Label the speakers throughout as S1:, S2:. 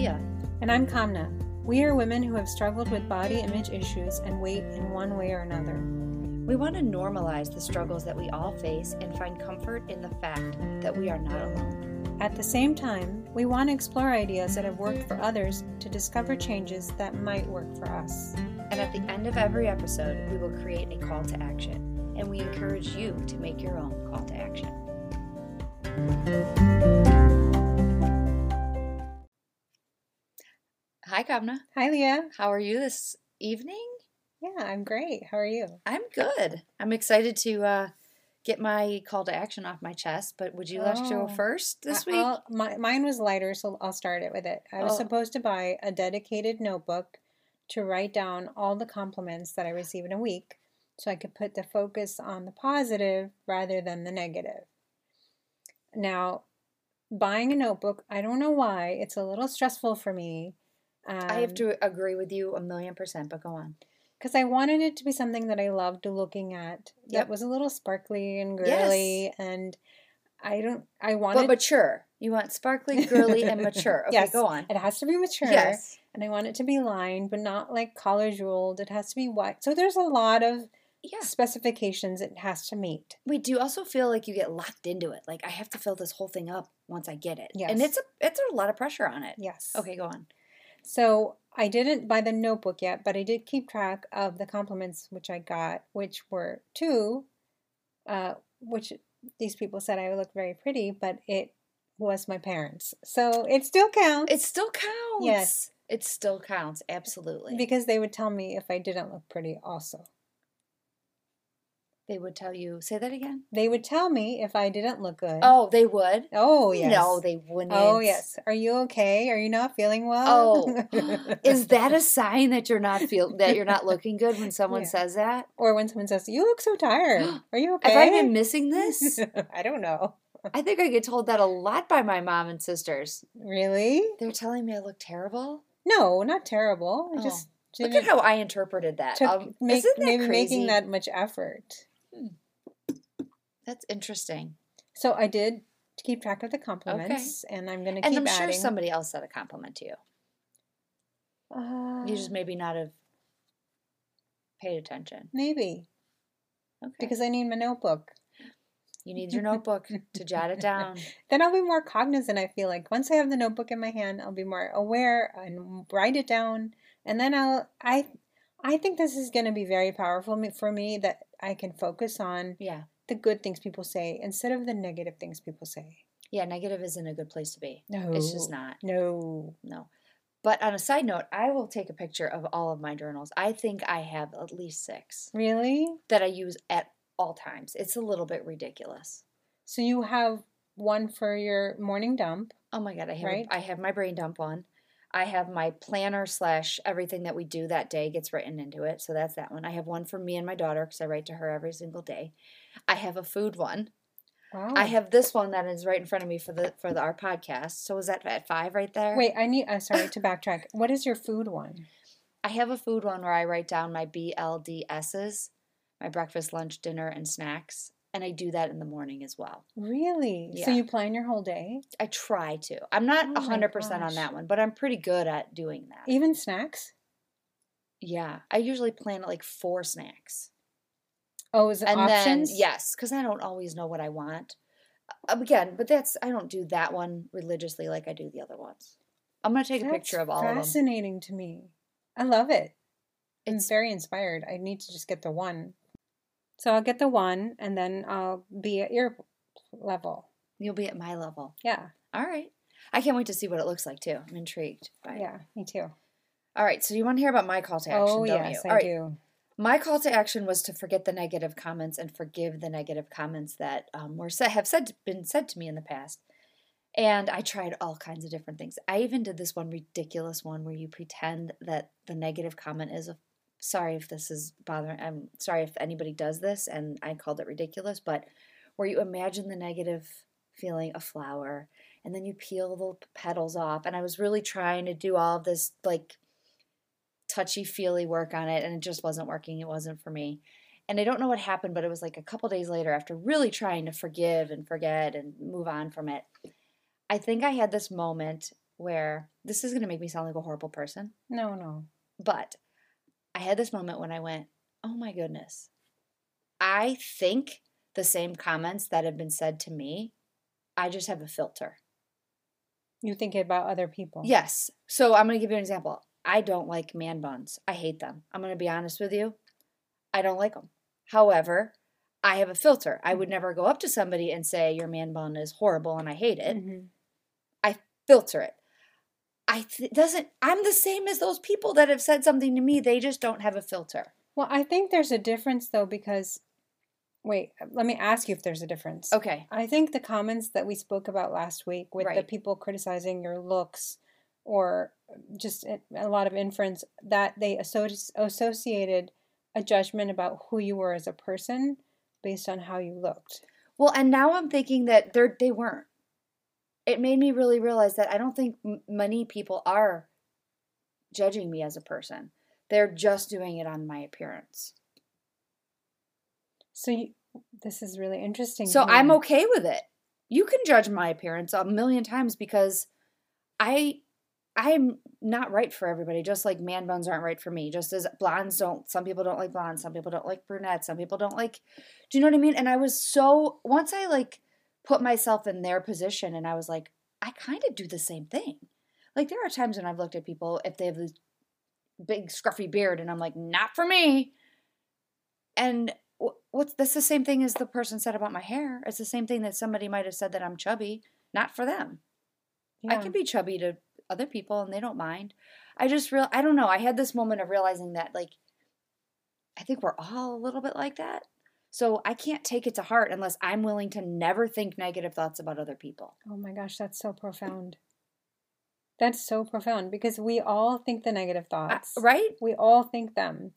S1: And I'm Kamna. We are women who have struggled with body image issues and weight in one way or another.
S2: We want to normalize the struggles that we all face and find comfort in the fact that we are not alone.
S1: At the same time, we want to explore ideas that have worked for others to discover changes that might work for us.
S2: And at the end of every episode, we will create a call to action, and we encourage you to make your own call to action. Hi, Kamna.
S1: Hi, Leah.
S2: How are you this evening?
S1: Yeah, I'm great. How are you?
S2: I'm good. I'm excited to uh, get my call to action off my chest, but would you like to go
S1: Oh.
S2: first this
S1: I-
S2: week?
S1: I'll- my, mine was lighter, so I'll start it with it. I was
S2: Oh.
S1: supposed to buy a dedicated notebook to write down all the compliments that I receive in a week so I could put the focus on the positive rather than the negative. Now, buying a notebook, I don't know why, it's a little stressful for me. Um,
S2: I have to agree with you a million percent, but go on.
S1: because I wanted it to be something that I loved looking at.
S2: Yep.
S1: That was a little sparkly and girly, and I don't. I wanted
S2: But mature. You want sparkly, girly, and mature. Okay,
S1: Yes.
S2: go on.
S1: It has to be mature.
S2: Yes.
S1: And I want it to be lined, but not like college ruled. It has to be white. So there's a lot of
S2: Yeah.
S1: specifications it has to meet.
S2: We do also feel like you get locked into it. Like I have to fill this whole thing up once I get it. And
S1: Yes.
S2: it's a it's a lot of pressure on it.
S1: Yes.
S2: Okay, go on.
S1: So I didn't buy the notebook yet, but I did keep track of the compliments which I got, which were two, uh, which these people said I looked very pretty, but it was my parents. So it still counts
S2: It still counts.
S1: Yes.
S2: It still counts. Absolutely.
S1: because they would tell me if I didn't look pretty also.
S2: they would tell you, say that again.
S1: They would tell me if I didn't look good.
S2: Oh, they would?
S1: Oh, yes.
S2: No, they wouldn't.
S1: Oh, yes. Are you okay? Are you not feeling well?
S2: Oh. Is that a sign that you're not feel that you're not looking good when someone
S1: Yeah.
S2: says that?
S1: or when someone says, "You look so tired. Are you okay?"
S2: Have I been missing this?
S1: I don't know.
S2: I think I get told that a lot by my mom and sisters.
S1: Really?
S2: They're telling me I look terrible.
S1: No, not terrible. I
S2: Oh.
S1: Just
S2: Look
S1: didn't-
S2: at how I interpreted that.
S1: took
S2: Um,
S1: make-
S2: isn't that
S1: maybe
S2: crazy?
S1: making that much effort.
S2: That's interesting.
S1: So I did keep track of the compliments, and I'm going to keep
S2: and I'm sure
S1: adding.
S2: somebody else said a compliment to you.
S1: Uh,
S2: You just maybe not have paid attention.
S1: maybe
S2: Okay.
S1: because I need my notebook.
S2: you need your notebook to jot it down.
S1: Then I'll be more cognizant. I feel like once I have the notebook in my hand, I'll be more aware and write it down. And then I'll I I think this is going to be very powerful me- for me that I can focus on
S2: Yeah.
S1: the good things people say instead of the negative things people say.
S2: Yeah, negative isn't a good place to be.
S1: No,
S2: It's just not.
S1: No.
S2: No. But on a side note, I will take a picture of all of my journals. I think I have at least six
S1: Really?
S2: that I use at all times. It's a little bit ridiculous.
S1: So you have one for your morning dump.
S2: Oh my god, I have
S1: Right?
S2: I have my brain dump one. I have my planner slash everything that we do that day gets written into it. So that's that one. I have one for me and my daughter because I write to her every single day. I have a food one.
S1: Wow.
S2: I have this one that is right in front of me for the for the, our podcast. So is that at five right there?
S1: Wait, I need. I'm sorry to backtrack. What is your food one?
S2: I have a food one where I write down my BLDSs, my breakfast, lunch, dinner, and snacks, and I do that in the morning as well.
S1: Really? So
S2: Yeah.
S1: you plan your whole day,
S2: I try to. I'm not
S1: Oh
S2: a
S1: my
S2: 100% on
S1: gosh.
S2: that one, but I'm pretty good at doing that.
S1: even snacks.
S2: Yeah, I usually plan like four snacks,
S1: Oh, is it
S2: and
S1: options?
S2: then yes, because I don't always know what I want. Uh, Again, but that's I don't do that one religiously like I do the other ones. I'm gonna take a picture
S1: That's
S2: of all of them.
S1: Fascinating to me. I love it. I'm
S2: It's
S1: very inspired. I need to just get the one. So I'll get the one, and then I'll be at your level.
S2: you'll be at my level.
S1: Yeah,
S2: All right, I can't wait to see what it looks like too. I'm intrigued. By it.
S1: yeah, me too.
S2: All right, so you want to hear about my call to action,
S1: oh
S2: don't
S1: yes,
S2: you?
S1: I
S2: All right,
S1: do.
S2: my call to action was to forget the negative comments and forgive the negative comments that um, were said, have said been said to me in the past. And I tried all kinds of different things. I even did this one ridiculous one where you pretend that the negative comment is a sorry if this is bothering. I'm sorry if anybody does this, and I called it ridiculous, but where you imagine the negative feeling a flower and then you peel the petals off. And I was really trying to do all of this like touchy feely work on it and it just wasn't working. It wasn't for me. And I don't know what happened, but it was like a couple days later after really trying to forgive and forget and move on from it. I think I had this moment where this is going to make me sound like a horrible person,
S1: No, no.
S2: but I had this moment when I went, oh my goodness, I think the same comments that have been said to me, I just have a filter.
S1: You think about other people.
S2: Yes. So I'm going to give you an example. I don't like man buns. I hate them. I'm going to be honest with you. I don't like them. However, I have a filter. I would never go up to somebody and say, Your man bun is horrible and I hate it.
S1: Mhm.
S2: Filter it. I th- it doesn't, I'm the same as those people that have said something to me. They just don't have a filter.
S1: Well, I think there's a difference though because wait, let me ask you if there's a difference.
S2: Okay.
S1: I think the comments that we spoke about last week with the
S2: Right.
S1: people criticizing your looks or uh, just a- a lot of inference that they associ- associated a judgment about who you were as a person based on how you looked.
S2: Well, and now I'm thinking that they're, they weren't. It made me really realize that I don't think m- many people are judging me as a person. They're just doing it on my appearance.
S1: So you, this is really interesting. to
S2: So I'm
S1: me.
S2: okay with it. You can judge my appearance a million times because I I'm not right for everybody, just like man buns aren't right for me. Just as blondes don't some people don't like blondes, some people don't like brunettes, some people don't like do you know what I mean? And I was so once I like put myself in their position and I was like, I kind of do the same thing. Like there are times when I've looked at people if they have this big scruffy beard and I'm like, not for me. And wh- what's that's the same thing as the person said about my hair. It's the same thing that somebody might have said that I'm chubby. Not for them. I
S1: Yeah.
S2: can be chubby to other people and they don't mind. I just real I don't know. I had this moment of realizing that like I think we're all a little bit like that. So I can't take it to heart unless I'm willing to never think negative thoughts about other people.
S1: Oh my gosh, that's so profound. That's so profound because we all think the negative
S2: I-
S1: thoughts.
S2: right?
S1: We all think them.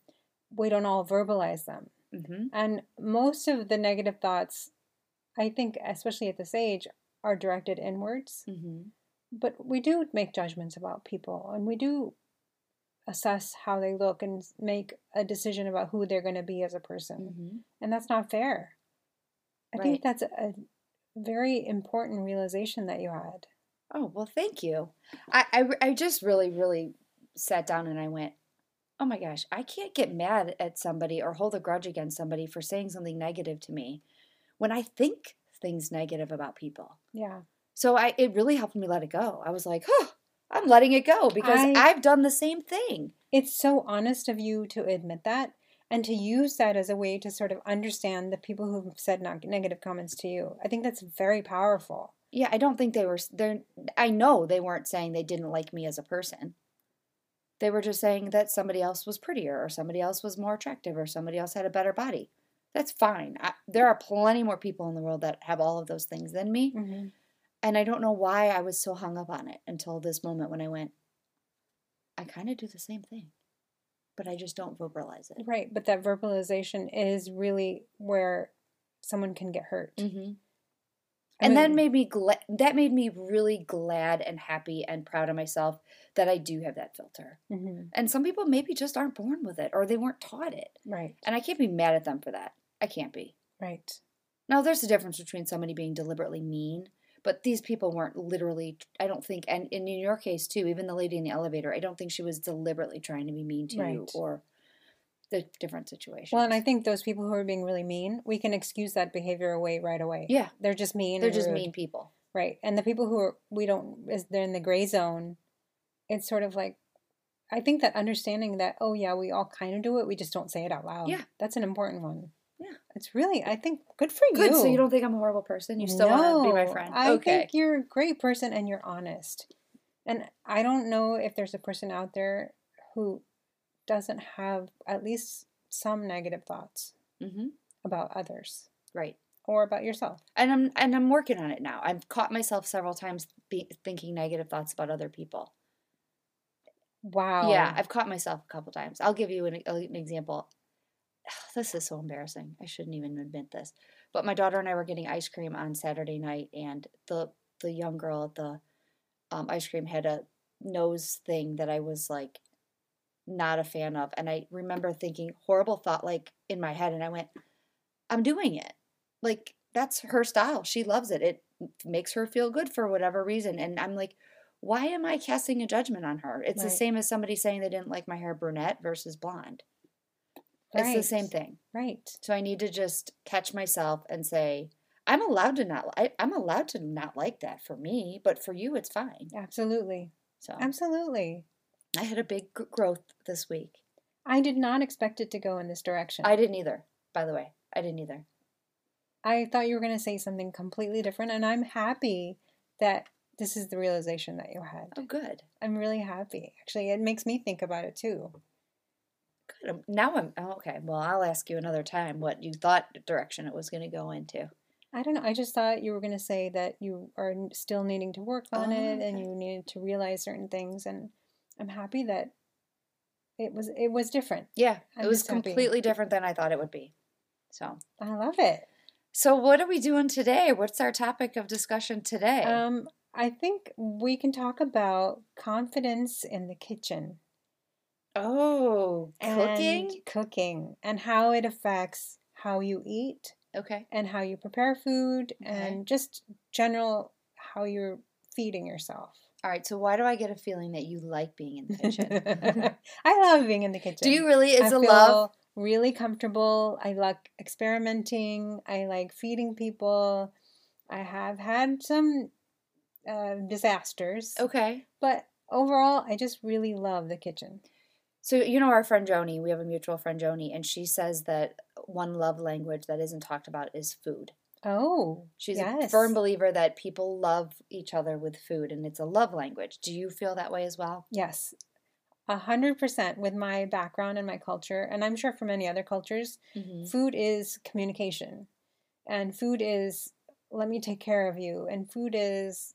S1: We don't all verbalize them.
S2: Mhm.
S1: And most of the negative thoughts, I think, especially at this age, are directed inwards.
S2: Mhm.
S1: But we do make judgments about people and we do assess how they look and s- make a decision about who they're going to be as a person.
S2: Mhm.
S1: And that's not fair. I
S2: Right.
S1: think that's a, a very important realization that you had.
S2: Oh, well, thank you. I, I, re- I just really, really sat down and I went, oh my gosh, I can't get mad at somebody or hold a grudge against somebody for saying something negative to me when I think things negative about people.
S1: Yeah.
S2: So I, it really helped me let it go. I was like, huh, I'm letting it go because
S1: I-
S2: I've done the same thing.
S1: It's so honest of you to admit that and to use that as a way to sort of understand the people who've said neg- negative comments to you. I think that's very powerful.
S2: Yeah, I don't think they were. They I know they weren't saying they didn't like me as a person. They were just saying that somebody else was prettier, or somebody else was more attractive, or somebody else had a better body. That's fine. I, there are plenty more people in the world that have all of those things than me,
S1: Mm-hmm.
S2: and I don't know why I was so hung up on it until this moment when I went, I kind of do the same thing, but I just don't verbalize it.
S1: Right, but that verbalization is really where someone can get hurt.
S2: Mm-hmm.
S1: I
S2: and that
S1: mean,
S2: made me gla- that made me really glad and happy and proud of myself that I do have that filter.
S1: mhm,
S2: And some people maybe just aren't born with it or they weren't taught it.
S1: right,
S2: And I can't be mad at them for that. I can't be.
S1: right.
S2: Now, there's a difference between somebody being deliberately mean, but these people weren't literally, I don't think, and, and in your case too, even the lady in the elevator, I don't think she was deliberately trying to be mean to you
S1: Right.
S2: or the different situations.
S1: Well, and I think those people who are being really mean, we can excuse that behavior away right away.
S2: yeah,
S1: They're just mean.
S2: they're
S1: and
S2: just
S1: rude.
S2: mean people.
S1: Right. And the people who are, we don't, is they're in the gray zone, it's sort of like, I think that understanding that, oh, yeah, we all kind of do it, we just don't say it out loud.
S2: Yeah.
S1: That's an important one.
S2: Yeah.
S1: It's really, I think, good for you.
S2: Good. So you don't think I'm a horrible person? You still want to be my
S1: No,
S2: friend?
S1: I
S2: okay.
S1: think you're a great person and you're honest. And I don't know if there's a person out there who doesn't have at least some negative thoughts
S2: mm-hmm.
S1: about others
S2: Right.
S1: or about yourself.
S2: and I'm and I'm working on it now. I've caught myself several times be, thinking negative thoughts about other people.
S1: Wow.
S2: Yeah, I've caught myself a couple times. I'll give you an, an example. This is so embarrassing. I shouldn't even admit this. But my daughter and I were getting ice cream on Saturday night, and the the young girl at the um, ice cream had a nose thing that I was like not a fan of, and I remember thinking horrible thought like in my head, and I went, "I'm doing it. Like that's her style. She loves it. It makes her feel good for whatever reason." And I'm like, why am I casting a judgment on her? It's the
S1: Right.
S2: same as somebody saying they didn't like my hair brunette versus blonde. It's the same
S1: Right.
S2: thing.
S1: Right.
S2: So I need to just catch myself and say, I'm allowed to not I, I'm allowed to not like that for me, but for you it's fine.
S1: Absolutely.
S2: So
S1: Absolutely.
S2: I had a big g- growth this week.
S1: I did not expect it to go in this direction.
S2: I didn't either, by the way. I didn't either.
S1: I thought you were going to say something completely different, and I'm happy that this is the realization that you had.
S2: Oh good.
S1: I'm really happy. Actually, it makes me think about it too.
S2: Good. Um, Now I'm oh, okay. Well, I'll ask you another time what you thought direction it was going to go into.
S1: I don't know. I just thought you were going to say that you are n- still needing to work
S2: Oh,
S1: on it and
S2: okay.
S1: you needed to realize certain things, and I'm happy that it was it was different.
S2: Yeah,
S1: I'm
S2: it was
S1: just happy.
S2: completely different than I thought it would be. So,
S1: I love it.
S2: so what are we doing today? What's our topic of discussion today?
S1: Um, I think we can talk about confidence in the kitchen.
S2: oh, cooking.
S1: and cooking and how it affects how you eat
S2: Okay.
S1: and how you prepare food
S2: Okay.
S1: and just general how you're feeding yourself.
S2: All right. So, why do I get a feeling that you like being in the kitchen?
S1: I love being in the kitchen.
S2: do you really?
S1: I
S2: Is a
S1: feel
S2: love?
S1: really comfortable. I like experimenting. I like feeding people. I have had some uh, disasters,
S2: Okay.
S1: but overall, I just really love the kitchen.
S2: So, you know, our friend Joni, we have a mutual friend Joni, and she says that one love language that isn't talked about is food.
S1: Oh,
S2: She's a
S1: Yes.
S2: firm believer that people love each other with food and it's a love language. Do you feel that way as well?
S1: Yes, a hundred percent with my background and my culture, and I'm sure for many other cultures,
S2: Mm-hmm.
S1: food is communication, and food is let me take care of you, and food is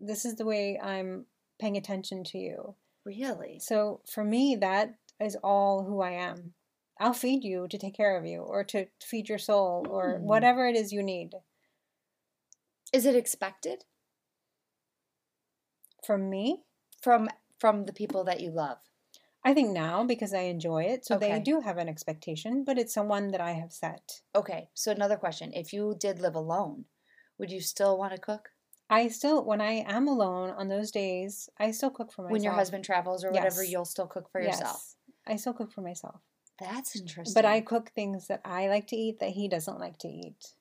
S1: this is the way I'm paying attention to you.
S2: Really?
S1: So for me, that is all who I am. I'll feed you to take care of you, or to feed your soul, or
S2: Mm.
S1: whatever it is you need.
S2: Is it expected
S1: From me,
S2: from from the people that you love?
S1: I think now because I enjoy it, so they
S2: Okay.
S1: do have an expectation, but it's someone that I have set.
S2: Okay, so another question. If you did live alone, would you still want to cook
S1: I still, when I am alone on those days, I still cook for myself.
S2: when your husband travels or whatever?
S1: Yes.
S2: You'll still cook for yourself.
S1: Yes, I still cook for myself.
S2: That's interesting.
S1: But I cook things that I like to eat that he doesn't like to eat.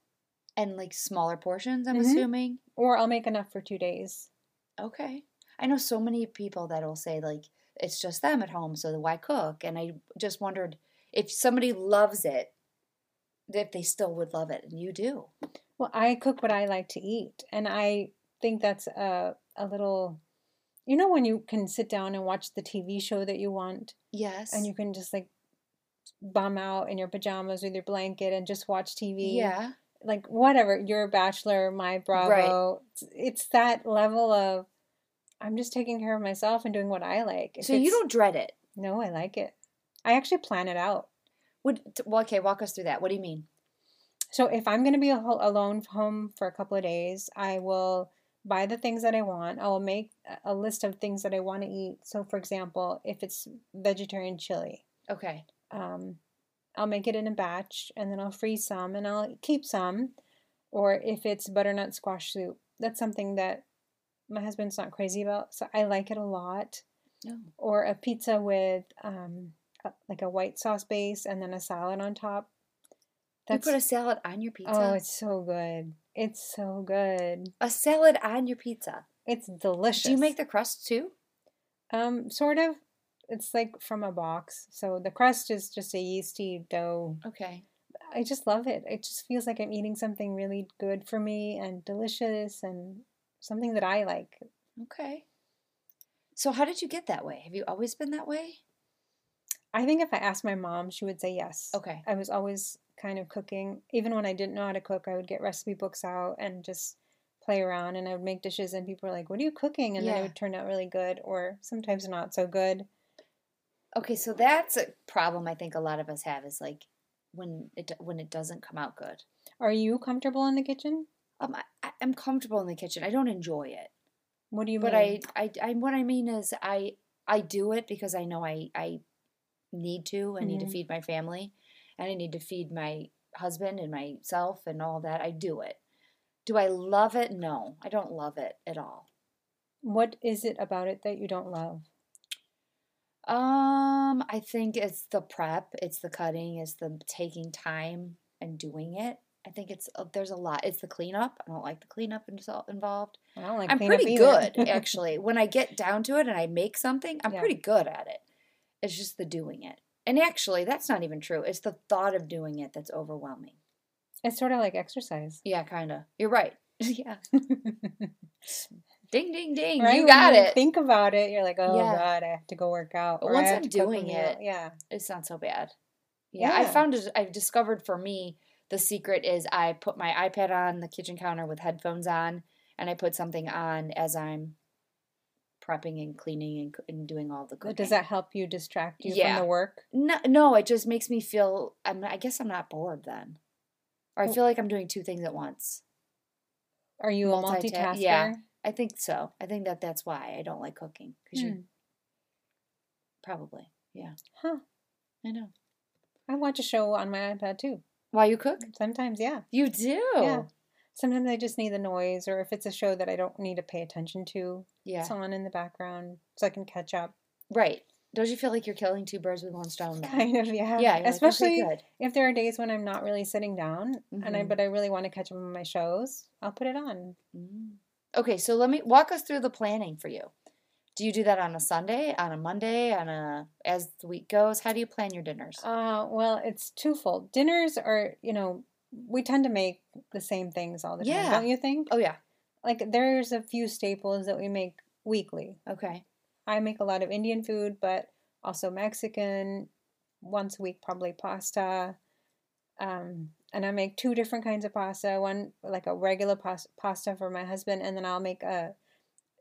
S2: and like smaller portions, I'm
S1: Mhm.
S2: assuming.
S1: Or I'll make enough for two days.
S2: Okay. I know so many people that'll say like it's just them at home, so why cook? And I just wondered if somebody loves it, if they still would love it, and you do.
S1: Well, I cook what I like to eat. And I think that's a, a little, you know, when you can sit down and watch the TV show that you want
S2: Yes.
S1: and you can just like bum out in your pajamas with your blanket and just watch TV.
S2: yeah.
S1: like whatever your bachelor my bravo it's, it's that level of i'm just taking care of myself and doing what i like If
S2: So you
S1: it's-
S2: don't dread it.
S1: no i like it i actually plan it out
S2: Would t- well, okay, walk us through that. What do you mean?
S1: so if i'm going to be a whole, alone home for a couple of days i will buy the things that i want i will make a- a list of things that i want to eat so for example if it's vegetarian chili
S2: Okay.
S1: um, I'll make it in a batch and then I'll freeze some and I'll keep some. Or if it's butternut squash soup, that's something that my husband's not crazy about, so I like it a lot.
S2: No.
S1: Or a pizza with um, a, like a white sauce base and then a salad on top.
S2: You
S1: That's
S2: put a salad on your pizza.
S1: oh, it's so good. It's so good.
S2: a salad on your pizza.
S1: It's delicious.
S2: Do you make the crust too?
S1: um sort of? It's like from a box, so the crust is just a yeasty dough
S2: Okay.
S1: I just love it. It just feels like I'm eating something really good for me and delicious and something that I like.
S2: Okay. So how did you get that way? Have you always been that way?
S1: I think if I asked my mom, she would say yes.
S2: Okay.
S1: I was always kind of cooking. Even when I didn't know how to cook, I would get recipe books out and just play around and I would make dishes and people were like, What are you cooking? And then
S2: Yeah.
S1: it would turn out really good or sometimes not so good.
S2: Okay, so that's a problem I think a lot of us have is like when it when it doesn't come out good.
S1: Are you comfortable in the kitchen?
S2: Um, I- I, I'm comfortable in the kitchen. I don't enjoy it,
S1: What do you
S2: but
S1: mean?
S2: I, I, I, what I mean is I, I do it because I know I, I need to. I need to
S1: Mhm.
S2: feed my family, and I need to feed my husband and myself and all that. I do it. Do I love it? No, I don't love it at all.
S1: What is it about it that you don't love?
S2: Um, I think it's the prep, it's the cutting, it's the taking time and doing it. I think it's uh, there's a lot. It's the cleanup. I don't like the cleanup in- so- involved.
S1: I don't like
S2: I'm
S1: cleanup
S2: pretty
S1: either.
S2: good actually. When I get down to it and I make something, I'm
S1: Yeah.
S2: pretty good at it. It's just the doing it. And actually, that's not even true. It's the thought of doing it that's overwhelming.
S1: it's sort of like exercise.
S2: Yeah, kind of. You're right. yeah. Ding, ding, ding.
S1: Right?
S2: You
S1: When
S2: got it.
S1: Think about it. You're like, oh
S2: Yeah.
S1: god, I have to go work out.
S2: But
S1: or I
S2: once
S1: have
S2: I'm
S1: to cook a
S2: doing
S1: meal.
S2: it,
S1: yeah,
S2: it's not so bad. Yeah, I
S1: Yeah.
S2: found it. I've discovered for me the secret is I put my iPad on the kitchen counter with headphones on, and I put something on as I'm prepping and cleaning and, co- and doing all the cooking.
S1: does that help you distract you
S2: Yeah.
S1: from the work?
S2: No, no, it just makes me feel. I'm. I guess I'm not bored then, or I
S1: Well-
S2: feel like I'm doing two things at once.
S1: Are you a
S2: Multita-
S1: multitasker?
S2: yeah. I think so. I think that that's why I don't like cooking because you
S1: Hmm.
S2: probably. Yeah,
S1: Huh.
S2: I know.
S1: I watch a show on my iPad too.
S2: While you cook,
S1: Sometimes, yeah.
S2: you do.
S1: Yeah. Sometimes I just need the noise, or if it's a show that I don't need to pay attention to,
S2: yeah.
S1: it's on in the background so I can catch up.
S2: Right. Don't you feel like you're killing two birds with one stone? though?
S1: Kind of, yeah.
S2: Yeah. you're like, okay,
S1: Especially
S2: good.
S1: if there are days when I'm not really sitting down and I
S2: Mhm.
S1: but I really want to catch up on my shows, I'll put it on.
S2: Mm. Okay, so let me walk us through the planning for you. Do you do that on a Sunday, on a Monday, on a as the week goes? How do you plan your dinners?
S1: Uh, well, it's twofold. Dinners are, you know, we tend to make the same things all the time,
S2: Yeah.
S1: don't you think?
S2: oh yeah.
S1: Like there's a few staples that we make weekly.
S2: Okay.
S1: I make a lot of Indian food, but also Mexican. Once a week, probably pasta. Um, and I make two different kinds of pasta. One like a regular pas- pasta for my husband, and then I'll make a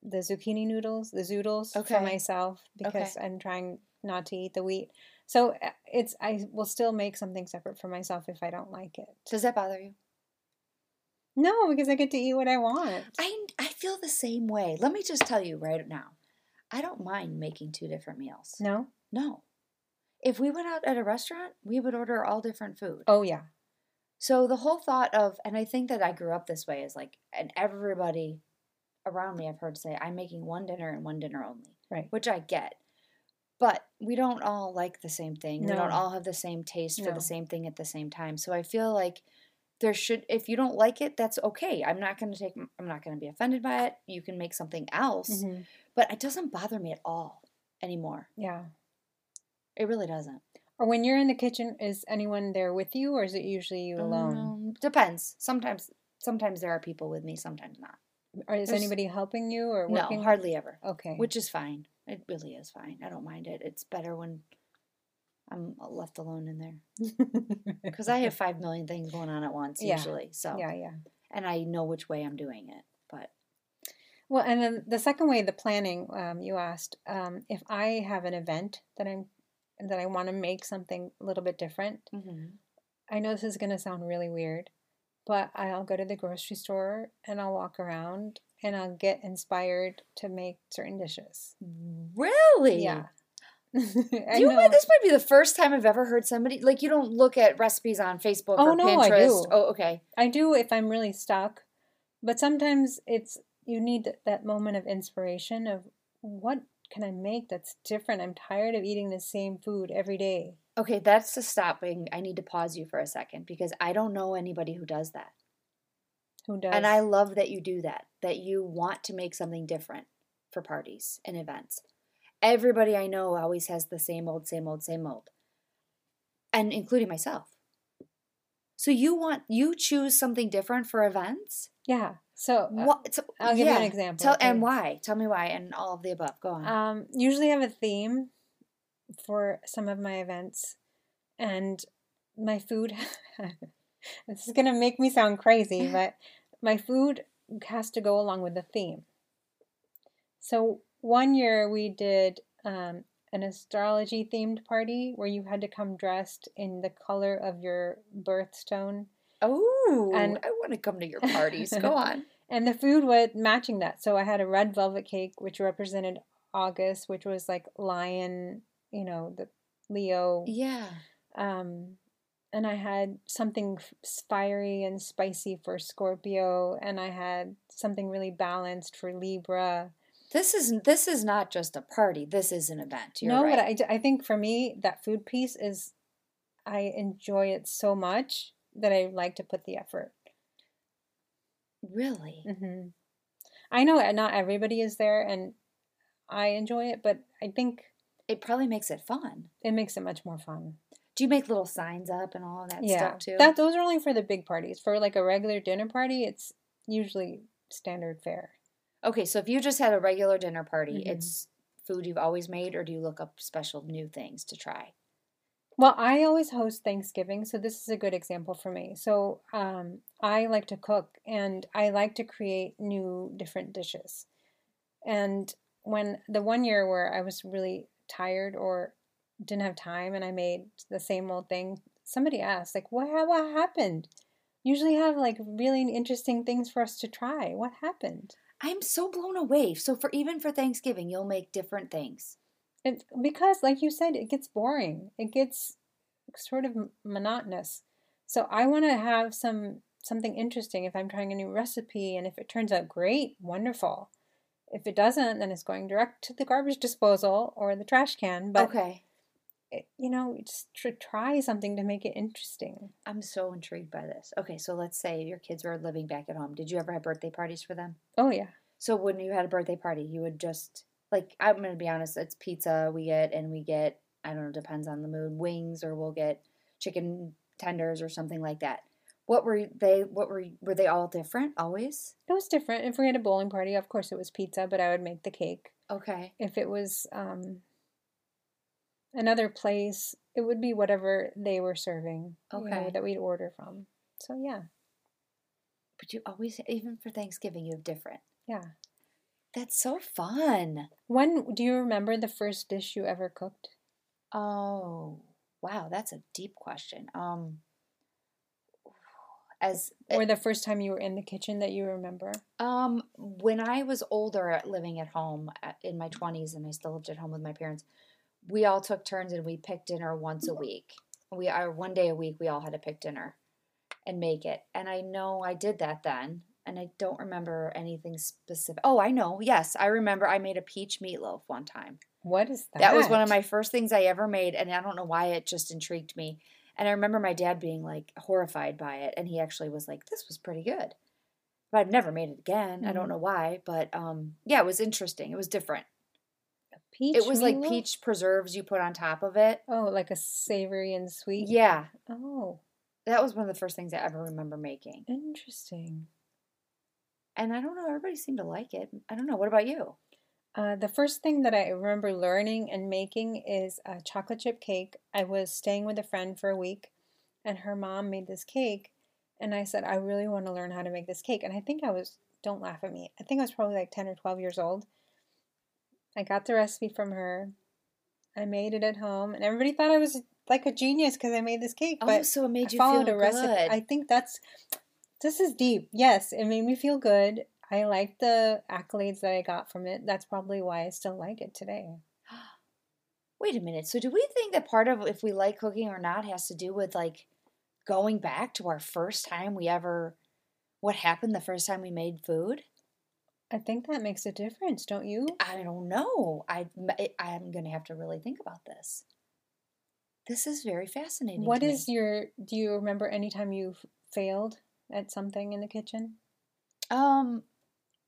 S1: the zucchini noodles, the zoodles
S2: Okay.
S1: for myself because I'm trying not to eat the wheat. So uh, it's I will still make something separate for myself if I don't like it.
S2: Does that bother you?
S1: No, because I get to eat what I want.
S2: I I feel the same way. Let me just tell you right now. I don't mind making two different meals.
S1: no.
S2: No. If we went out at a restaurant, we would order all different food.
S1: Oh yeah.
S2: So the whole thought of, and I think that I grew up this way, is like, and everybody around me I've heard say, I'm making one dinner and one dinner only,
S1: Right.
S2: which I get. But we don't all like the same thing. We don't
S1: No.
S2: all have the same taste for
S1: No.
S2: the same thing at the same time. So I feel like there should, if you don't like it, that's okay. I'm not going to take, I'm not going to be offended by it. You can make something else,
S1: Mhm.
S2: but it doesn't bother me at all anymore.
S1: Yeah.
S2: It really doesn't.
S1: Or when you're in the kitchen, is anyone there with you, or is it usually you alone?
S2: Um, depends. Sometimes, sometimes there are people with me. Sometimes not.
S1: Or is
S2: there's-
S1: anybody helping you or working?
S2: No, hardly ever.
S1: Okay.
S2: Which is fine. It really is fine. I don't mind it. It's better when I'm left alone in there because I have five million things going on at once
S1: Yeah.
S2: usually. So
S1: yeah, yeah.
S2: and I know which way I'm doing it. But
S1: Well, and then the second way, the planning. Um, you asked um, if I have an event that I'm that I want to make something a little bit different. Mm-hmm. I know this is going to sound really weird, but I'll go to the grocery store and I'll walk around and I'll get inspired to make certain dishes.
S2: really,
S1: Yeah. I
S2: you know.
S1: know.
S2: what? This might be the first time I've ever heard somebody like you don't look at recipes on Facebook
S1: Oh,
S2: or
S1: no, I
S2: Pinterest.
S1: do.
S2: Oh, okay.
S1: I do if I'm really stuck, but sometimes it's you need th- that moment of inspiration of what can I make that's different? I'm tired of eating the same food every day.
S2: Okay, that's the stopping. I need to pause you for a second because I don't know anybody who does that.
S1: Who does?
S2: And I love that you do that, that you want to make something different for parties and events. Everybody I know always has the same old, same old, same old, and including myself. So you want you choose something different for events?
S1: yeah. So uh,
S2: What? so-
S1: I'll give you an
S2: yeah.
S1: example,
S2: Tell, and
S1: okay?
S2: why? Tell me why, and all of the above. Go on.
S1: um, usually I have a theme for some of my events, and my food. this is gonna make me sound crazy, but my food has to go along with the theme. So one year we did um, an astrology themed party where you had to come dressed in the color of your birthstone,
S2: oh,
S1: and-
S2: I want to come to your parties. Go on.
S1: and the food was matching that. So I had a red velvet cake, which represented August, which was like lion, you know, the Leo.
S2: Yeah.
S1: Um, and I had something f- fiery and spicy for Scorpio, and I had something really balanced for Libra.
S2: This is this is not just a party. This is an event. You're
S1: no,
S2: right.
S1: but I, d- I think for me, that food piece is I enjoy it so much that I like to put the effort.
S2: really,
S1: hmm I know that not everybody is there and I enjoy it, but I think
S2: it probably makes it fun.
S1: it makes it much more fun.
S2: Do you make little signs up and all of that
S1: yeah.
S2: stuff too?
S1: That, those are only for the big parties. For like a regular dinner party, it's usually standard fare.
S2: okay, so if you just had a regular dinner party,
S1: Mhm.
S2: it's food you've always made, or do you look up special new things to try?
S1: Well, I always host Thanksgiving, so this is a good example for me. So, um, I like to cook and I like to create new different dishes. And when the one year where I was really tired or didn't have time and I made the same old thing, somebody asked, like, what, ha- what happened? Usually have like really interesting things for us to try. What happened?
S2: I'm so blown away. So for even for Thanksgiving, you'll make different things.
S1: It's because, like you said, it gets boring. It gets sort of m- monotonous. So I want to have some something interesting if I'm trying a new recipe, and if it turns out great, wonderful. If it doesn't, then it's going direct to the garbage disposal or the trash can. But
S2: okay.
S1: it, you know, you just tr- try something to make it interesting.
S2: I'm so intrigued by this. Okay, so let's say your kids were living back at home. Did you ever have birthday parties for them?
S1: Oh yeah,
S2: So when you had a birthday party, you would just like I'm gonna be honest, it's pizza we get and we get I don't know, depends on the mood, wings or we'll get chicken tenders or something like that. What were they what were were they all different always?
S1: it was different. If we had a bowling party, of course it was pizza, but I would make the cake.
S2: Okay.
S1: if it was um, another place, it would be whatever they were serving you know,
S2: Okay.
S1: that we'd order from. So yeah,
S2: But you always even for Thanksgiving you have different.
S1: yeah.
S2: That's so fun.
S1: When do you remember the first dish you ever cooked?
S2: Oh wow, that's a deep question. Um as
S1: Or the first time you were in the kitchen that you remember?
S2: Um, when I was older, at living at home uh, in my 20s, and I still lived at home with my parents, we all took turns and we picked dinner once a week. We are one day a week, we all had to pick dinner and make it. And I know I did that then, and I don't remember anything specific. Oh, I know. Yes, I remember I made a peach meatloaf one time.
S1: What is that?
S2: That was one of my first things I ever made, and I don't know why it just intrigued me. And I remember my dad being like horrified by it, and he actually was like, "This was pretty good." But I've never made it again. I don't
S1: Mhm.
S2: know why, but um, yeah, it was interesting. It was different.
S1: peach.
S2: it was like
S1: meatloaf?
S2: peach preserves you put on top of it.
S1: Oh, like a savory and sweet.
S2: Yeah,
S1: Oh,
S2: that was one of the first things I ever remember making.
S1: interesting.
S2: And I don't know, everybody seemed to like it. I don't know. What about you?
S1: Uh, the first thing that I remember learning and making is a chocolate chip cake. I was staying with a friend for a week, and her mom made this cake, and I said, I really want to learn how to make this cake. And I think I was, don't laugh at me, I think I was probably like 10 or 12 years old. I got the recipe from her. I made it at home, and everybody thought I was like a genius because I made this cake,
S2: oh,
S1: but
S2: so it made
S1: I
S2: you
S1: followed
S2: feel
S1: a recipe.
S2: good.
S1: I think that's this is deep. Yes, it made me feel good. I liked the accolades that I got from it. That's probably why I still like it today.
S2: Wait a minute. So do we think that part of if we like cooking or not has to do with like going back to our first time we ever what happened the first time we made food?
S1: I think that makes a difference, don't you?
S2: I don't know. I I'm going to have to really think about this. This is very fascinating.
S1: What
S2: to me.
S1: is your do you remember any time you f- failed at something in the kitchen?
S2: Um,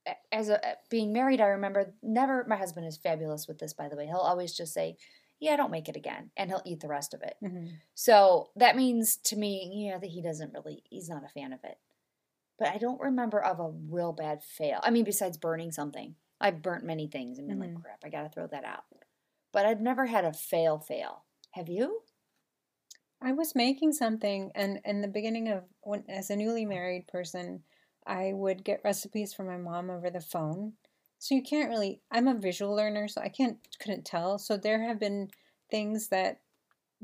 S2: a- as a, being married, I remember never. My husband is fabulous with this, by the way. He'll always just say, "Yeah, don't make it again," and he'll eat the rest of it.
S1: Mhm.
S2: So that means to me, yeah, that he doesn't really. He's not a fan of it. But I don't remember of a real bad fail. I mean, besides burning something, I've burnt many things and been
S1: Mhm.
S2: like, "Crap, I got to throw that out." But I've never had a fail. Fail. Have you?
S1: I was making something and in the beginning of when as a newly married person, I would get recipes from my mom over the phone. So you can't really I'm a visual learner, so I can't couldn't tell. So there have been things that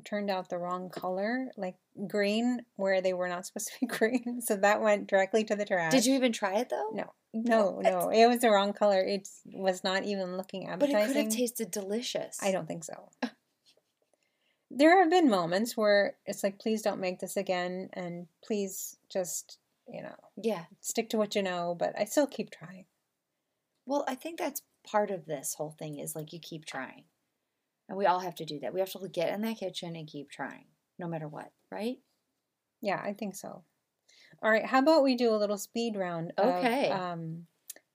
S1: turned out the wrong color, like green where they were not supposed to be green. So that went directly to the trash.
S2: Did you even try it though?
S1: No. No, no, it was the wrong color. It was not even looking
S2: But
S1: appetizing.
S2: it could have tasted delicious.
S1: I don't think so. there have been moments where it's like, please don't make this again, and please just, you know,
S2: Yeah.
S1: stick to what you know. But I still keep trying.
S2: Well, I think that's part of this whole thing is like you keep trying. And we all have to do that. We have to get in that kitchen and keep trying, no matter what, right?
S1: Yeah, I think so. All right, how about we do a little speed round of
S2: Okay.
S1: um,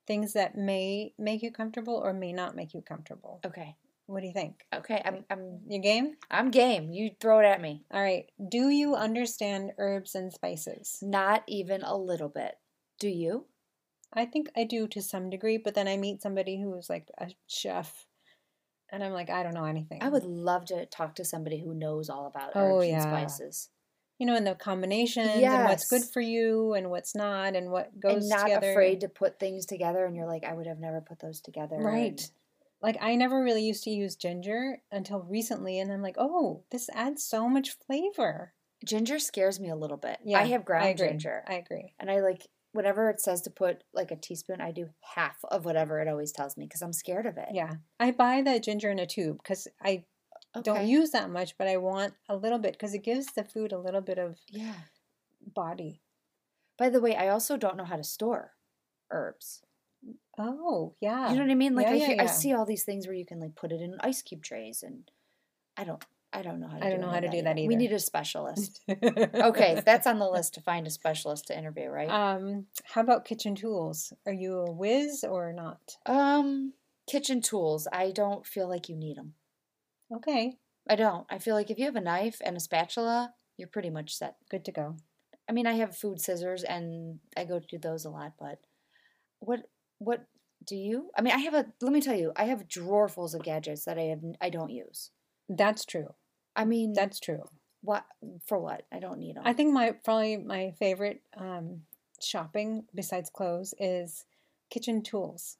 S1: things that may make you comfortable or may not make you comfortable?
S2: Okay.
S1: What do you think?
S2: Okay. I'm I'm
S1: You game?
S2: I'm game. You throw it at me.
S1: All right. Do you understand herbs and spices?
S2: Not even a little bit. Do you?
S1: I think I do to some degree, but then I meet somebody who's like a chef and I'm like, I don't know anything.
S2: I would love to talk to somebody who knows all about
S1: Mm. Oh,
S2: herbs
S1: yeah.
S2: and spices.
S1: you know, and the combinations and what's good
S2: Yes.
S1: for you and what's not and what goes
S2: and not
S1: together.
S2: afraid to put things together and you're like, I would have never put those together.
S1: Right.
S2: and-
S1: Like I never really used to use ginger until recently and I'm like, "Oh, this adds so much flavor."
S2: ginger scares me a little bit.
S1: Yeah,
S2: I have ground
S1: agree.
S2: ginger.
S1: I agree.
S2: and I like whenever it says to put like a teaspoon, I do half of whatever it always tells me because I'm scared of it.
S1: Yeah. I buy the ginger in a tube cuz I don't
S2: Okay.
S1: use that much, but I want a little bit cuz it gives the food a little bit of
S2: Yeah.
S1: body.
S2: By the way, I also don't know how to store herbs.
S1: Oh, yeah.
S2: You know what I mean? Like
S1: Yeah,
S2: I,
S1: yeah,
S2: hear, I
S1: yeah.
S2: see all these things where you can like put it in ice cube trays, and I don't, I don't know how. To
S1: I
S2: do
S1: don't know
S2: any
S1: how
S2: of
S1: to do that
S2: We
S1: either.
S2: need a specialist. okay,
S1: okay.
S2: that's on the list to find a specialist to interview, right?
S1: Um, how about kitchen tools? Are you a whiz or not?
S2: um, kitchen tools. I don't feel like you need them.
S1: Okay,
S2: I don't. I feel like if you have a knife and a spatula, you're pretty much set.
S1: good to go.
S2: I mean, I have food scissors and I go to those a lot, but what what do you? I mean, I have a let me tell you, I have drawerfuls of gadgets that I have I don't use.
S1: That's true.
S2: I mean,
S1: That's true.
S2: what for what? I don't need them.
S1: I think my probably my favorite um shopping besides clothes is kitchen tools.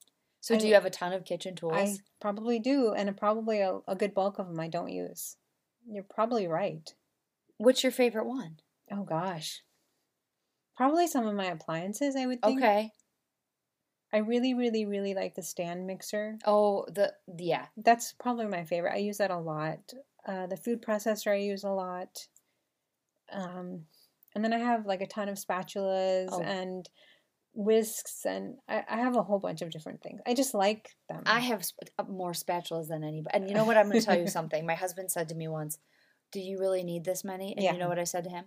S2: so do
S1: I-
S2: you have a ton of kitchen tools?
S1: I probably do, and probably a, a good bulk of them I don't use. You're probably right.
S2: What's your favorite one?
S1: Oh gosh. Probably some of my appliances, I would think.
S2: Okay.
S1: I really, really, really like the stand mixer.
S2: Oh, the yeah.
S1: That's probably my favorite. I use that a lot. Uh, the food processor I use a lot. Um, and then I have like a ton of spatulas
S2: Oh.
S1: and whisks, and I, I have a whole bunch of different things. I just like them.
S2: I have sp- uh, more spatulas than anybody. And you know what? I'm going to tell you something. My husband said to me once, "Do you really need this many?" And
S1: Yeah.
S2: you know what I said to him?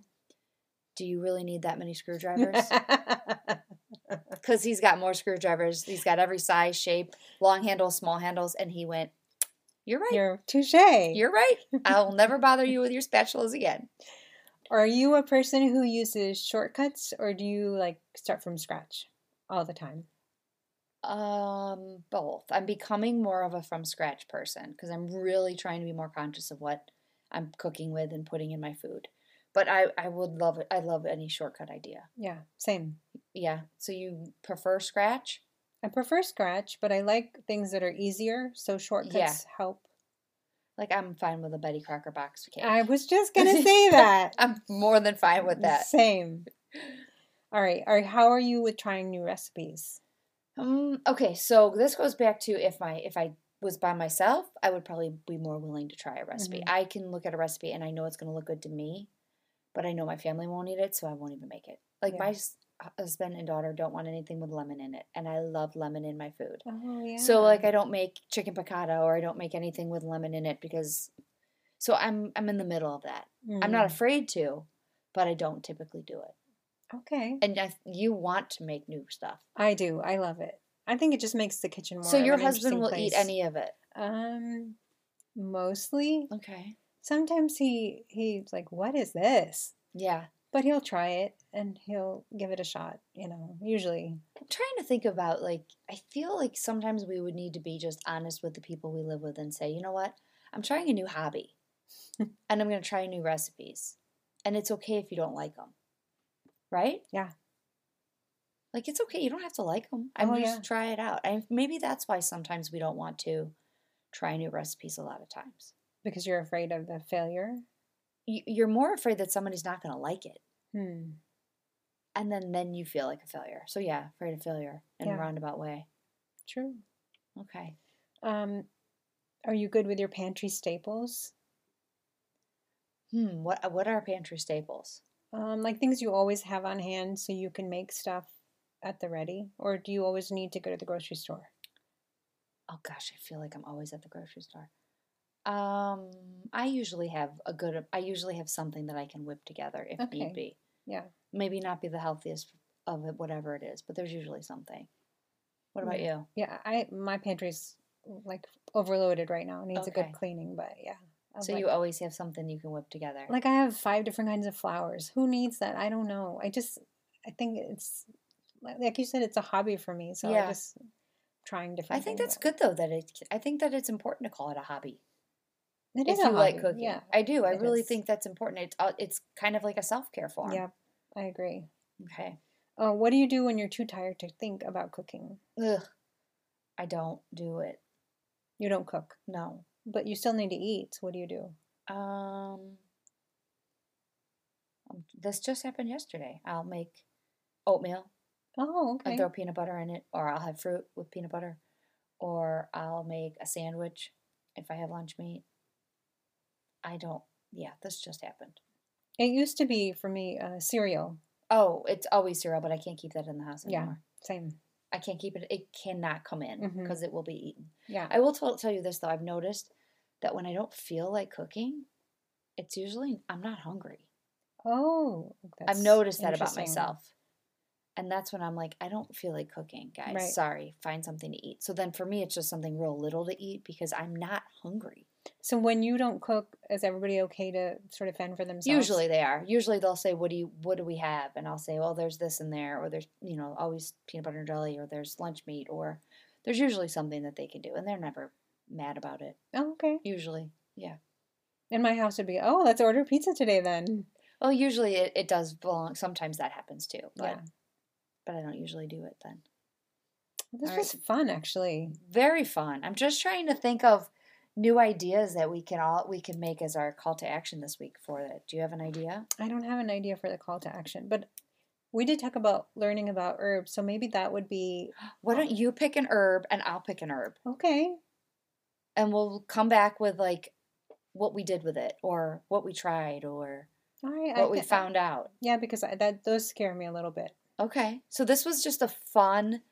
S2: Do you really need that many screwdrivers? because he's got more screwdrivers. He's got every size, shape, long handles, small handles, and he went, "You're right. You're,
S1: You're touche.
S2: right. I'll never bother you with your spatulas again."
S1: Are you a person who uses shortcuts, or do you like start from scratch all the time?
S2: Um, both. I'm becoming more of a from scratch person because I'm really trying to be more conscious of what I'm cooking with and putting in my food. But I, I would love it. I love any shortcut idea.
S1: Yeah, same.
S2: Yeah. So you prefer scratch?
S1: I prefer scratch, but I like things that are easier, so shortcuts help.
S2: Like I'm fine with a Betty Crocker box cake.
S1: I was just gonna say that.
S2: I'm more than fine with that.
S1: Same. All right. All right. How are you with trying new recipes?
S2: Um, okay, so this goes back to if my if I was by myself, I would probably be more willing to try a recipe.
S1: Mhm.
S2: I can look at a recipe and I know it's going to look good to me, but I know my family won't eat it, so I won't even make it. Like
S1: Yeah.
S2: my s- husband and daughter don't want anything with lemon in it, and I love lemon in my food.
S1: Oh yeah.
S2: So like I don't make chicken piccata or I don't make anything with lemon in it because so I'm I'm in the middle of that. I'm not
S1: Mm.
S2: afraid to, but I don't typically do it.
S1: Hmm, okay.
S2: And I, you want to make new stuff.
S1: I do. I love it. I think it just makes the kitchen more.
S2: So
S1: of
S2: your
S1: an
S2: husband
S1: interesting
S2: will eat
S1: place.
S2: any of it.
S1: Um, mostly.
S2: Okay.
S1: Sometimes he he's like, "What is this?"
S2: Yeah.
S1: But he'll try it and he'll give it a shot. You know, usually.
S2: I'm trying to think about like I feel like sometimes we would need to be just honest with the people we live with and say, you know what? I'm trying a new hobby and I'm going to try new recipes. And it's okay if you don't like them. Right?
S1: Yeah.
S2: Like it's okay. You don't have to like them. I'm
S1: Oh,
S2: just
S1: yeah.
S2: try it out. And maybe that's why sometimes we don't want to try new recipes a lot of times.
S1: Because you're afraid of the failure.
S2: Y- You're more afraid that somebody's not going to like it.
S1: Hmm.
S2: And then then you feel like a failure. So yeah, afraid of failure in
S1: Yeah.
S2: a roundabout way.
S1: True.
S2: Okay.
S1: Um, are you good with your pantry staples?
S2: Hmm, what what are pantry staples?
S1: Um, like things you always have on hand so you can make stuff at the ready, or do you always need to go to the grocery store?
S2: oh gosh, I feel like I'm always at the grocery store. Um, I usually have a good. I usually have something that I can whip together if
S1: Okay.
S2: need be.
S1: Yeah.
S2: Maybe not be the healthiest of it, whatever it is, but there's usually something. What about
S1: Mm.
S2: you?
S1: Yeah, I my pantry's like overloaded right now. It needs a
S2: Okay.
S1: good cleaning, but yeah. I'm
S2: So
S1: like,
S2: you always have something you can whip together.
S1: like I have five different kinds of flowers. Who needs that? I don't know. I just I think it's like like you said, it's a hobby for me. So
S2: Yeah.
S1: I just trying
S2: I
S1: different.
S2: think
S1: things
S2: that's
S1: out.
S2: good though. That it. I think that it's important to call it a hobby.
S1: It
S2: if
S1: is a
S2: you like
S1: hobby,
S2: cooking.
S1: Yeah,
S2: I do. I
S1: it
S2: really
S1: is.
S2: think that's important. It's uh, it's kind of like a self care form.
S1: yeah, I agree.
S2: Okay.
S1: Uh, what do you do when you're too tired to think about cooking?
S2: Ugh. I don't do it.
S1: You don't cook,
S2: No.
S1: but you still need to eat. What do you do?
S2: Um. um, This just happened yesterday. I'll make oatmeal
S1: Oh, okay.
S2: and throw peanut butter in it, or I'll have fruit with peanut butter, or I'll make a sandwich if I have lunch meat. I don't. Yeah, this just happened.
S1: It used to be for me uh, cereal.
S2: Oh, it's always cereal, but I can't keep that in the house
S1: Yeah.
S2: anymore.
S1: Same.
S2: I can't keep it. It cannot come in
S1: Mhm.
S2: because it will be eaten.
S1: Yeah.
S2: I will tell, tell you this though. I've noticed that when I don't feel like cooking, it's usually I'm not hungry.
S1: Oh, that's
S2: I've noticed that about
S1: interesting.
S2: myself, and that's when I'm like, I don't feel like cooking, guys.
S1: Right.
S2: Sorry, find something to eat. So then for me, it's just something real little to eat because I'm not hungry.
S1: So when you don't cook, is everybody okay to sort of fend for themselves?
S2: Usually they are. Usually they'll say, "What do you? What do we have?" And I'll say, "Well, there's this in there, or there's you know always peanut butter and jelly, or there's lunch meat, or there's usually something that they can do, and they're never mad about it.
S1: Oh, okay.
S2: Usually,
S1: In my house would be, oh, let's order pizza today then.
S2: well, usually it, it does belong. Sometimes that happens too, but
S1: Yeah.
S2: but I don't usually do it then.
S1: This
S2: All
S1: was fun, actually.
S2: Very fun. I'm just trying to think of new ideas that we can all we can make as our call to action this week for that. Do you have an idea?
S1: I don't have an idea for the call to action, but we did talk about learning about herbs, so maybe that would be
S2: Why don't you pick an herb and I'll pick an herb?
S1: okay.
S2: and we'll come back with like what we did with it or what we tried or
S1: All right.
S2: what we
S1: can-
S2: found out.
S1: Yeah, because I, that those scare me a little bit.
S2: Okay. So this was just a fun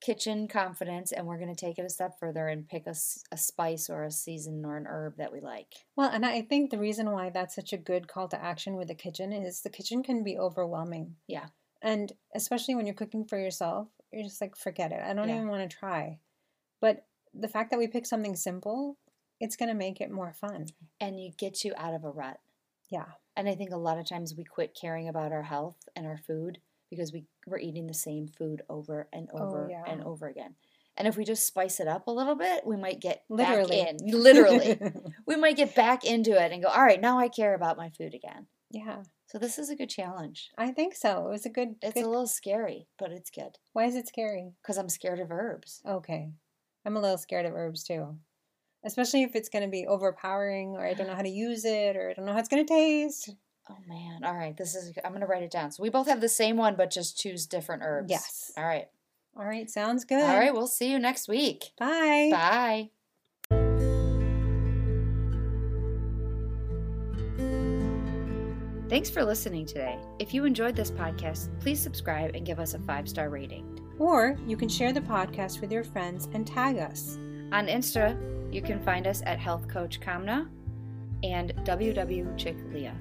S2: kitchen confidence and we're going to take it a step further and pick a, s- a spice or a season or an herb that we like.
S1: Well, and I think the reason why that's such a good call to action with the kitchen is the kitchen can be overwhelming.
S2: Yeah.
S1: And especially when you're cooking for yourself, you're just like, forget it. I don't
S2: Yeah.
S1: even want to try. But the fact that we pick something simple, it's going to make it more fun.
S2: And you get you out of a rut.
S1: Yeah.
S2: And I think a lot of times we quit caring about our health and our food because we we're eating the same food over and
S1: Oh,
S2: over
S1: yeah.
S2: and over again. And if we just spice it up a little bit, we might get
S1: Literally.
S2: back in. Literally. we might get back into it and go, all right, now I care about my food again.
S1: yeah,
S2: So this is a good challenge.
S1: I think so. It was a good.
S2: It's
S1: good-
S2: a little scary, but it's good
S1: why is it scary?
S2: because I'm scared of herbs.
S1: Okay. I'm a little scared of herbs too. Especially if it's going to be overpowering or I don't know how to use it or I don't know how it's going to taste.
S2: Oh man. All right, this is I'm going to write it down. So we both have the same one but just choose different herbs.
S1: Yes.
S2: All right.
S1: All right, sounds good.
S2: All right, we'll see you next week.
S1: Bye.
S2: Bye. Thanks for listening today. If you enjoyed this podcast, please subscribe and give us a 5-star rating.
S1: Or you can share the podcast with your friends and tag us.
S2: On Insta, you can find us at Health Coach Kamna and WW Chick Leah.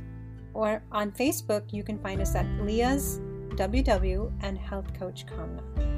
S1: Or on Facebook, you can find us at Leah's WW and Health Coach Kamna.